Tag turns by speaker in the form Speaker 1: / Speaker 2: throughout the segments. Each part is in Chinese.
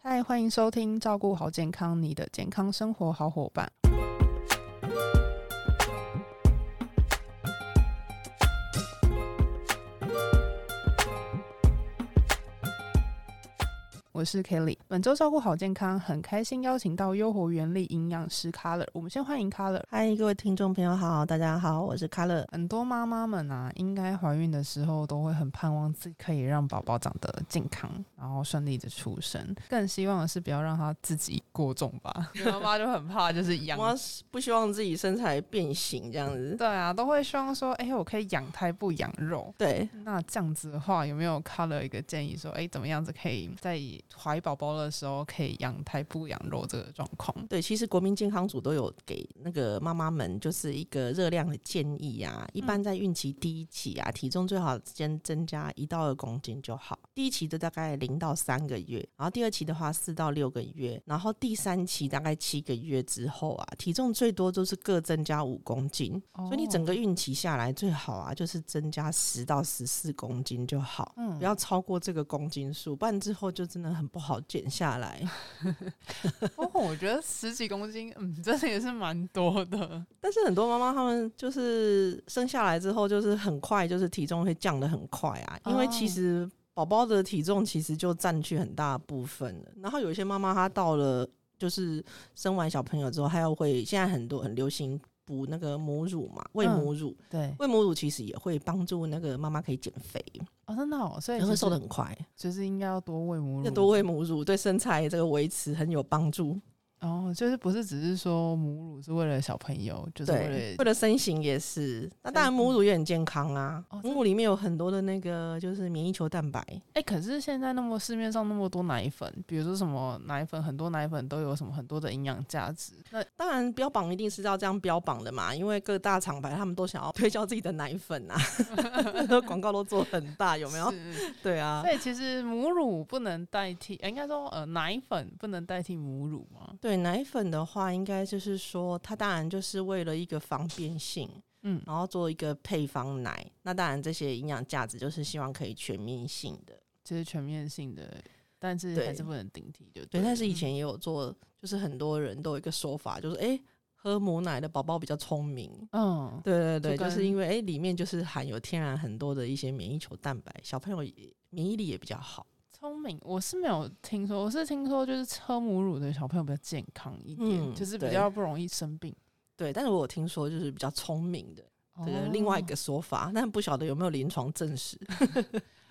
Speaker 1: 嗨，欢迎收听《照顾好健康》，你的健康生活好伙伴。我是 Kelly，本周照顾好健康，很开心邀请到优活原力营养师 Color，我们先欢迎 Color。
Speaker 2: 嗨，各位听众朋友好，大家好，我是卡乐。
Speaker 1: 很多妈妈们啊，应该怀孕的时候都会很盼望自己可以让宝宝长得健康，然后顺利的出生。更希望的是不要让他自己过重吧。 有的妈妈就很怕，就是养。
Speaker 2: 我是不希望自己身材变形这样子。
Speaker 1: 对啊，都会希望说，哎、我可以养胎不养肉。
Speaker 2: 对，
Speaker 1: 那这样子的话，有没有 Color 一个建议说，哎、怎么样子可以在怀宝宝的时候可以养胎不养肉这个状况？
Speaker 2: 对，其实国民健康组都有给那个妈妈们就是一个热量的建议啊。一般在孕期第一期啊，体重最好先增加一到二公斤就好。第一期的大概零到三个月，然后第二期的话四到六个月，然后第三期大概七个月之后啊，体重最多就是各增加五公斤。所以你整
Speaker 1: 个
Speaker 2: 个孕期下来，最好啊就是增加十到十四公斤就好。
Speaker 1: 嗯
Speaker 2: 不要超过这个公斤数，不然之后就真的很不好减下来。
Speaker 1: 哦，我觉得十几公斤，嗯，真的也是蛮多的。
Speaker 2: 但是很多妈妈她们就是生下来之后，就是很快，就是体重会降得很快啊，因为
Speaker 1: 哦
Speaker 2: 其实宝宝的体重其实就占据很大部分了。然后有一些妈妈她到了就是生完小朋友之后，她又会现在很多很流行补那个母乳嘛，喂
Speaker 1: 嗯
Speaker 2: 母乳，
Speaker 1: 对，
Speaker 2: 喂母乳其实也会帮助那个妈妈可以减肥，
Speaker 1: 哦，真的哦，所以
Speaker 2: 也会
Speaker 1: 其
Speaker 2: 瘦
Speaker 1: 实
Speaker 2: 得很快。嗯
Speaker 1: 就是应该要多喂母乳，
Speaker 2: 要多喂母乳对身材这个维持很有帮助，
Speaker 1: 哦，就是不是只是说母乳是为了小朋友，就是为
Speaker 2: 对，
Speaker 1: 了
Speaker 2: 为了身形也是。那当然，
Speaker 1: 嗯
Speaker 2: 母乳也很健康啊
Speaker 1: 哦，真
Speaker 2: 母乳里面有很多的那个就是免疫球蛋白，
Speaker 1: 哎、可是现在那么市面上那么多奶粉，比如说什么奶粉，很多奶粉都有什么很多的营养价值，那
Speaker 2: 当然标榜一定是要这样标榜的嘛，因为各大厂牌他们都想要推销自己的奶粉 啊，广告都做很大，有没有？
Speaker 1: 是
Speaker 2: 对啊
Speaker 1: 所。以其实母乳不能代替，呃应该说呃奶粉不能代替母乳嘛，
Speaker 2: 对奶粉的话，应该就是说，它当然就是为了一个方便性，
Speaker 1: 嗯
Speaker 2: 然后做一个配方奶。那当然，这些营养价值就是希望可以全面性的。
Speaker 1: 就是全面性的，但是
Speaker 2: 对
Speaker 1: 还是不能顶替就对
Speaker 2: 对，
Speaker 1: 了，
Speaker 2: 但是以前也有做，就是很多人都有一个说法，就是诶，喝母奶的宝宝比较聪明。
Speaker 1: 嗯。
Speaker 2: 对对对，
Speaker 1: 就
Speaker 2: 就是
Speaker 1: 跟
Speaker 2: 因为诶，里面就是含有天然很多的一些免疫球蛋白，小朋友也免疫力也比较好。
Speaker 1: 聪明，我是没有听说，我是听说就是喝母乳的小朋友比较健康一点，
Speaker 2: 嗯
Speaker 1: 就是比
Speaker 2: 对
Speaker 1: 较不容易生病。
Speaker 2: 对，但是我有听说就是比较聪明的，这个
Speaker 1: 哦
Speaker 2: 另外一个说法，但不晓得有没有临床证实。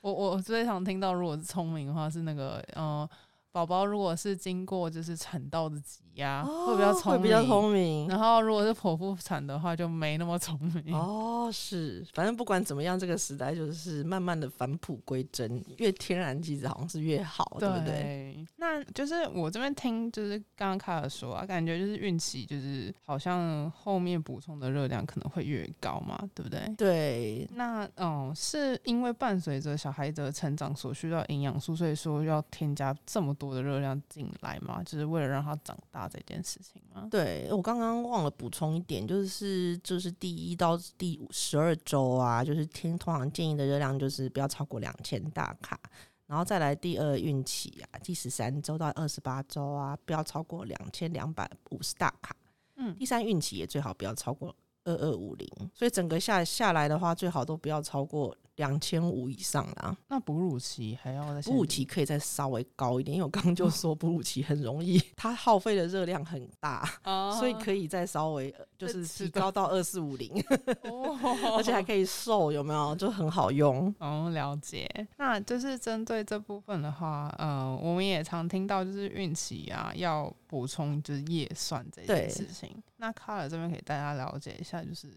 Speaker 1: 我哦我最常听到，如果是聪明的话，是那个呃，宝宝如果是经过就是产道的挤压，啊会比较
Speaker 2: 哦
Speaker 1: 聪明，啊
Speaker 2: 比较聪明。
Speaker 1: 然后如果是剖腹产的话，就没那么聪明。
Speaker 2: 哦，是，反正不管怎么样，这个时代就是慢慢的返璞归真，越天然其实好像是越好，对不对？
Speaker 1: 对，那就是我这边听，就是刚刚卡尔说啊，感觉就是孕期就是好像后面补充的热量可能会越高嘛，对不对？
Speaker 2: 对，
Speaker 1: 那嗯，是因为伴随着小孩的成长所需要营养素，所以说要添加这么多的热量进来嘛，就是为了让他长大这件事情吗？
Speaker 2: 对我刚刚忘了补充一点，就是就是第一到第十二周啊，就是天通常建议的热量就是不要超过两千大卡，然后再来第二孕期啊，第十三周到二十八周啊，不要超过两千两百五十大卡，
Speaker 1: 嗯
Speaker 2: 第三孕期也最好不要超过二二五零，所以整个下下来的话，最好都不要超过两千五以上啦。
Speaker 1: 那哺乳期还要再
Speaker 2: 哺乳期可以再稍微高一点，因为我刚刚就说哺乳期很容易，它耗费的热量很大。
Speaker 1: 啊
Speaker 2: 所以可以再稍微呃就
Speaker 1: 再
Speaker 2: 是
Speaker 1: 吃
Speaker 2: 提
Speaker 1: 到
Speaker 2: 高到二四 五零，
Speaker 1: 哦
Speaker 2: 而且还可以瘦，有没有？就很好用。
Speaker 1: 哦，了解。那就是针对这部分的话，呃，我们也常听到就是孕期啊要补充就是叶酸这件
Speaker 2: 对
Speaker 1: 事情。那卡尔这边给大家了解一下，就是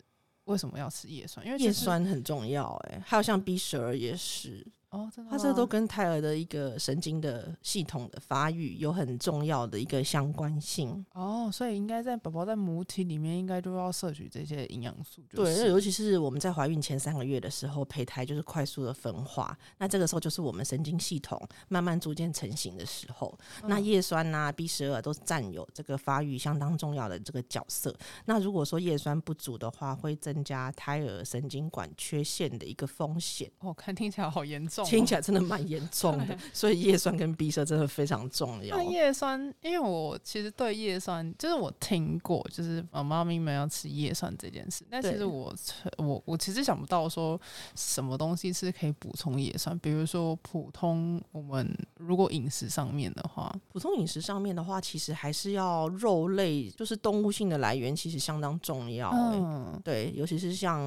Speaker 1: 为什么要吃叶酸？因为其
Speaker 2: 叶
Speaker 1: 实
Speaker 2: 酸很重要、欸，哎，还有像 B 十二也是，
Speaker 1: 哦，真的
Speaker 2: 它
Speaker 1: 吗
Speaker 2: 这都跟胎儿的一个神经的系统的发育有很重要的一个相关性。
Speaker 1: 哦，所以应该在宝宝在母体里面应该就要摄取这些营养素、就是，
Speaker 2: 对，那尤其是我们在怀孕前三个月的时候，胚胎就是快速的分化，那这个时候就是我们神经系统慢慢逐渐成型的时候。
Speaker 1: 嗯
Speaker 2: 那叶酸呐、B 十二都占有这个发育相当重要的这个角色。那如果说叶酸不足的话，会增加胎儿神经管缺陷的一个风险。
Speaker 1: 哦我、看听起来好严重哦、
Speaker 2: 听起来真的蛮严重 的，所以叶酸跟 B 社真的非常重要
Speaker 1: 那。叶酸，因为我其实对叶酸，就是我听过，就是呃，猫咪们要吃叶酸这件事。但其
Speaker 2: 对
Speaker 1: 实我我我其实想不到说什么东西是可以补充叶酸，比如说普通我们如果饮食上面的话，
Speaker 2: 普通饮食上面的话，其实还是要肉类，就是动物性的来源，其实相当重要、欸。
Speaker 1: 嗯，
Speaker 2: 对，尤其是像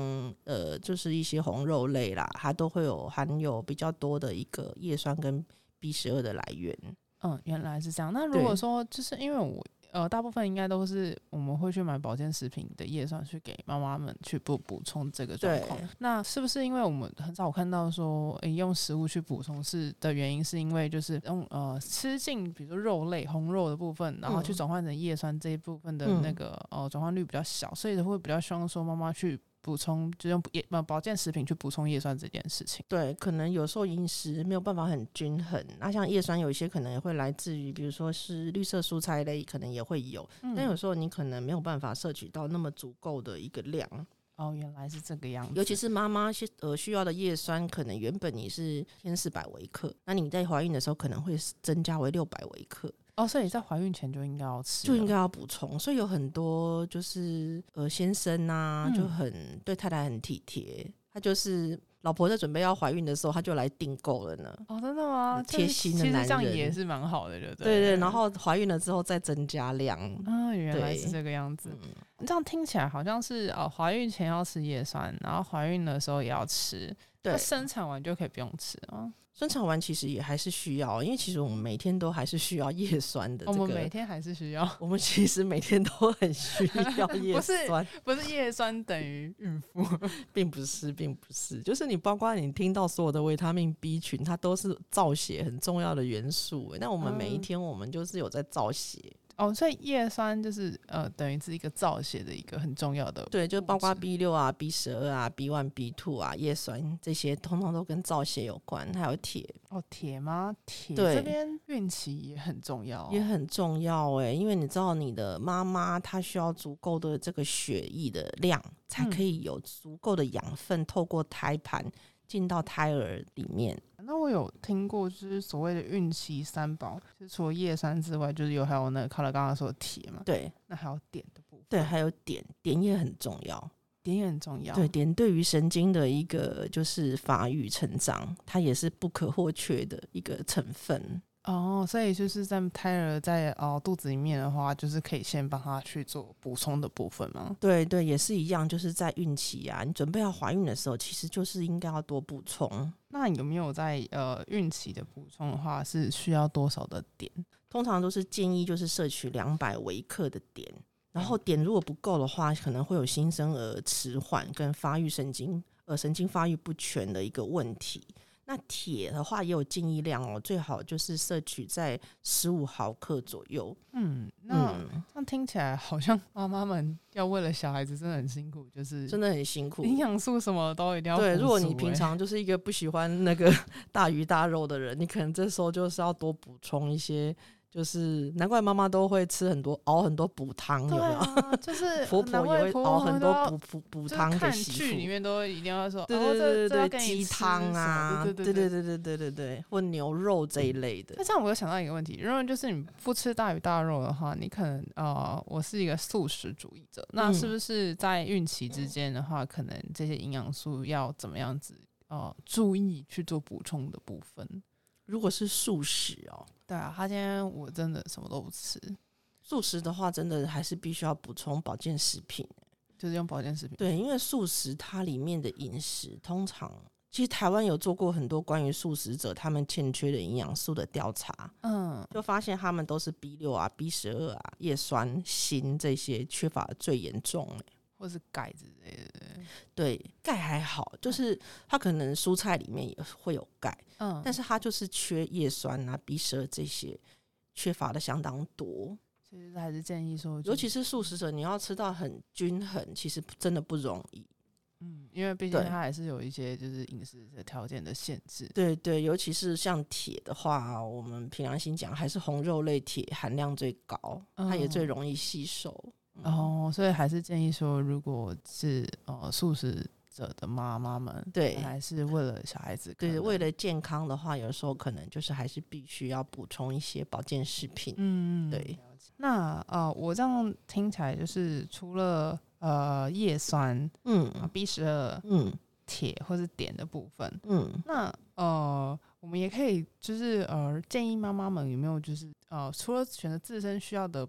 Speaker 2: 呃，就是一些红肉类啦，它都会有含有比较多的一个叶酸跟 B 十二的来源。
Speaker 1: 嗯，原来是这样。那如果
Speaker 2: 对
Speaker 1: 说就是因为我呃，大部分应该都是我们会去买保健食品的叶酸去给妈妈们去补补充这个状况
Speaker 2: 对。
Speaker 1: 那是不是因为我们很少看到说，诶、用食物去补充是的原因，是因为就是用呃吃进比如说肉类红肉的部分，然后去
Speaker 2: 嗯
Speaker 1: 转换成叶酸这一部分的那
Speaker 2: 嗯
Speaker 1: 个、呃转换率比较小，所以会比较希望说妈妈去。补充就用叶呃保健食品去补充叶酸这件事情，
Speaker 2: 对，可能有时候饮食没有办法很均衡。那像叶酸有一些可能也会来自于，比如说是绿色蔬菜类，可能也会有。
Speaker 1: 嗯
Speaker 2: 但有时候你可能没有办法摄取到那么足够的一个量，
Speaker 1: 哦，原来是这个样子，
Speaker 2: 尤其是妈妈需呃需要的叶酸，可能原本你是千四百微克，那你在怀孕的时候可能会增加为六百微克，
Speaker 1: 哦，所以在怀孕前就应该要吃了，
Speaker 2: 就应该要补充。所以有很多就是呃先生啊，就
Speaker 1: 嗯
Speaker 2: 很、对太太很体贴，他就是老婆在准备要怀孕的时候，他就来订购了呢。
Speaker 1: 哦，真的吗？
Speaker 2: 很
Speaker 1: 就是
Speaker 2: 嗯贴心的
Speaker 1: 其实
Speaker 2: 男
Speaker 1: 这样
Speaker 2: 人
Speaker 1: 也是蛮好的，对不
Speaker 2: 对对，
Speaker 1: 对
Speaker 2: 然后怀孕了之后再增加量。
Speaker 1: 啊，原来
Speaker 2: 对
Speaker 1: 是这个样子。
Speaker 2: 嗯
Speaker 1: 这样听起来好像是哦，怀孕前要吃叶酸，然后怀孕的时候也要吃，
Speaker 2: 对
Speaker 1: 那，生产完就可以不用吃啊。
Speaker 2: 生产完其实也还是需要，因为其实我们每天都还是需要叶酸的。这
Speaker 1: 哦我
Speaker 2: 个。
Speaker 1: 们每天还是需要，
Speaker 2: 我们其实每天都很需要叶
Speaker 1: 不是
Speaker 2: 酸，
Speaker 1: 不是叶酸等于孕妇
Speaker 2: 并不是，并不是，就是你包括你听到所有的维他命 B 群，它都是造血很重要的元素。欸那我们每一
Speaker 1: 嗯
Speaker 2: 天，我们就是有在造血，
Speaker 1: 哦，所以叶酸就是呃，等于是一个造血的一个很重要的。
Speaker 2: 对，就包括 B 六啊、B 十二啊、B one、B two 啊、叶酸这些，通通都跟造血有关，还有铁
Speaker 1: 哦，铁吗？铁
Speaker 2: 对
Speaker 1: 这边孕期也很重要、哦
Speaker 2: 也很重要哎、因为你知道你的妈妈她需要足够的这个血液的量，才
Speaker 1: 嗯
Speaker 2: 可以有足够的养分透过胎盘进到胎儿里面。
Speaker 1: 那我有听过，就是所谓的孕期三宝，就是除了叶酸之外，就是有还有那个卡拉刚刚说的铁嘛，
Speaker 2: 对，
Speaker 1: 那还有碘的部分，
Speaker 2: 对，还有点点也很重要。
Speaker 1: 碘也很重要。
Speaker 2: 对，，点对于神经的一个就是发育成长，它也是不可或缺的一个成分。
Speaker 1: 哦，所以就是在胎儿在哦肚子里面的话，就是可以先帮他去做补充的部分嘛。
Speaker 2: 对对，也是一样，就是在孕期啊，你准备要怀孕的时候，其实就是应该要多补充。
Speaker 1: 那有没有在呃孕期的补充的话，是需要多少的碘？
Speaker 2: 通常都是建议就是摄取两百微克的碘，然后碘如果不够的话，可能会有新生儿迟缓跟发育神经呃神经发育不全的一个问题。那铁的话也有建议量哦，最好就是摄取在十五毫克左右。
Speaker 1: 嗯，那、
Speaker 2: 嗯，
Speaker 1: 这样听起来好像妈妈们要为了小孩子真的很辛苦，就是
Speaker 2: 真的很辛苦。
Speaker 1: 营养素什么都一定要
Speaker 2: 对，
Speaker 1: 补
Speaker 2: 如果你
Speaker 1: 足
Speaker 2: 平
Speaker 1: 欸
Speaker 2: 常就是一个不喜欢那个 大鱼大肉的人，你可能这时候就是要多补充一些，就是难怪妈妈都会吃很多熬很多补汤，有
Speaker 1: 对
Speaker 2: 没有？
Speaker 1: 啊，就是
Speaker 2: 婆
Speaker 1: 难
Speaker 2: 婆
Speaker 1: 怪
Speaker 2: 也会
Speaker 1: 婆
Speaker 2: 熬
Speaker 1: 婆
Speaker 2: 很
Speaker 1: 都
Speaker 2: 多
Speaker 1: 要
Speaker 2: 补补补
Speaker 1: 就是
Speaker 2: 汤给
Speaker 1: 看
Speaker 2: 媳
Speaker 1: 剧里
Speaker 2: 妇。
Speaker 1: 面都一定要说，
Speaker 2: 对
Speaker 1: 哦，这
Speaker 2: 对对
Speaker 1: 这要
Speaker 2: 对
Speaker 1: 跟
Speaker 2: 对，
Speaker 1: 你
Speaker 2: 鸡
Speaker 1: 吃
Speaker 2: 汤
Speaker 1: 什么
Speaker 2: 啊，
Speaker 1: 对
Speaker 2: 对
Speaker 1: 对嗯
Speaker 2: 对对对对对对，或牛肉这一类的
Speaker 1: 那，这样我又想到一个问题，如果就是你不吃大鱼大肉的话，你可能呃，我是一个素食主义者，那是
Speaker 2: 嗯
Speaker 1: 不是在孕期之间的话，可能这些营养素要怎么样子呃注意去做补充的部分？
Speaker 2: 如果是素食哦，
Speaker 1: 对啊，他今天我真的什么都不吃，
Speaker 2: 素食的话，真的还是必须要补充保健食品。
Speaker 1: 就是用保健食品。
Speaker 2: 对，因为素食它里面的饮食，通常其实台湾有做过很多关于素食者他们欠缺的营养素的调查，
Speaker 1: 嗯，
Speaker 2: 就发现他们都是 B 六啊、B 十二啊、叶酸、锌这些缺乏得最严重欸。
Speaker 1: 或是钙之类的。
Speaker 2: 对，钙还好，就是它可能蔬菜里面也会有钙，
Speaker 1: 嗯，
Speaker 2: 但是它就是缺叶酸啊、B 十二这些。缺乏的相当多，
Speaker 1: 其实还是建议说，
Speaker 2: 尤其
Speaker 1: 是
Speaker 2: 是素食者，你要吃到很均衡，其实真的不容易。
Speaker 1: 嗯，因为毕竟
Speaker 2: 对
Speaker 1: 它还是有一些就是饮食的条件的限制。
Speaker 2: 对对，尤其是像铁的话，啊我们平常心讲，还是红肉类铁含量最高，它也
Speaker 1: 嗯
Speaker 2: 最容易吸收。嗯，
Speaker 1: 哦哦，所以还是建议说，如果是呃素食者的妈妈们，
Speaker 2: 对
Speaker 1: 还是为了小孩子可能，
Speaker 2: 对，为了健康的话，有时候可能就是还是必须要补充一些保健食品。
Speaker 1: 嗯，
Speaker 2: 对。
Speaker 1: 那呃，我这样听起来就是除了呃叶酸、
Speaker 2: 嗯
Speaker 1: 啊、B 十二、
Speaker 2: 嗯
Speaker 1: 铁或是碘的部分，
Speaker 2: 嗯
Speaker 1: 那呃，我们也可以就是呃，建议妈妈们有没有就是呃，除了选择自身需要的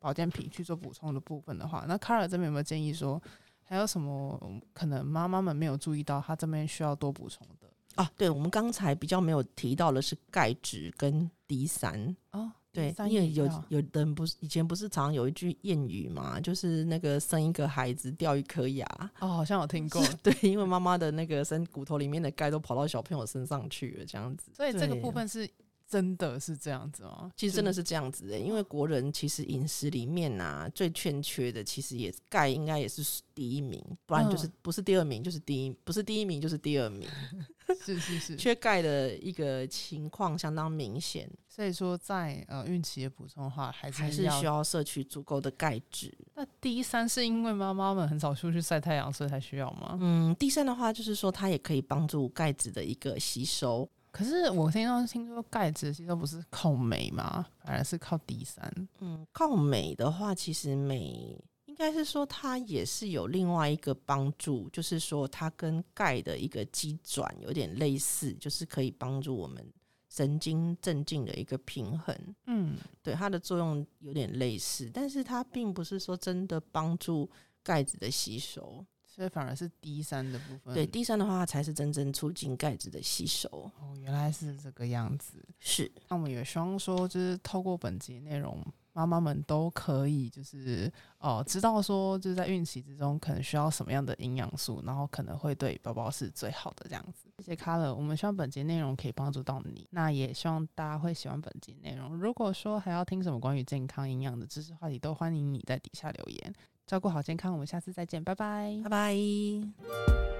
Speaker 1: 保健品去做补充的部分的话，那卡尔这边有没有建议说，还有什么嗯可能妈妈们没有注意到，她这边需要多补充的？
Speaker 2: 啊，对，我们刚才比较没有提到的是钙质跟 D 三。
Speaker 1: 哦，
Speaker 2: 对，
Speaker 1: 三
Speaker 2: 因为
Speaker 1: 也
Speaker 2: 有
Speaker 1: 要
Speaker 2: 有的人不是以前不是常有一句谚语嘛，就是那个生一个孩子掉一颗牙。
Speaker 1: 哦，好像有听过，
Speaker 2: 对，因为妈妈的那个身骨头里面的钙都跑到小朋友身上去了，这样 子。
Speaker 1: 所以这个
Speaker 2: 对
Speaker 1: 部分是真的是这样子吗？
Speaker 2: 其实真的
Speaker 1: 是
Speaker 2: 是这样子的、欸因为国人其实饮食里面啊，最欠缺的其实也是钙，应该也是第一名，不然
Speaker 1: 嗯
Speaker 2: 就是、不是第二名就是第一，不是第一名就是第 二名。
Speaker 1: 是是是，
Speaker 2: 缺钙的一个情况相当明显，
Speaker 1: 所以说在呃孕期的补充的话，还是
Speaker 2: 还是
Speaker 1: 要
Speaker 2: 需要摄取足够的钙质。
Speaker 1: 那第三是因为妈妈们很少出去晒太阳，所以才需要吗？
Speaker 2: 嗯，第三的话就是说，它也可以帮助钙质的一个吸收。
Speaker 1: 可是我听到听说钙质吸收不是靠镁吗？反而是靠 D 三
Speaker 2: 嗯，靠镁的话，其实镁应该是说它也是有另外一个帮助，就是说它跟钙的一个机转有点类似，就是可以帮助我们神经镇静的一个平衡。
Speaker 1: 嗯，
Speaker 2: 对它的作用有点类似，但是它并不是说真的帮助钙质的吸收。
Speaker 1: 所以反而是 D 三的部分。
Speaker 2: 对，第三的话它才是真正促进钙质的吸收。
Speaker 1: 哦，原来是这个样子。
Speaker 2: 是，
Speaker 1: 那我们也希望说，就是透过本集内容，妈妈们都可以就是哦、呃知道说就是在孕期之中可能需要什么样的营养素，然后可能会对宝宝是最好的这样子。谢谢 Color，我们希望本集内容可以帮助到你，那也希望大家会喜欢本集内容。如果说还要听什么关于健康营养的知识话题，都欢迎你在底下留言。照顾好健康，我们下次再见，拜拜
Speaker 2: 拜拜。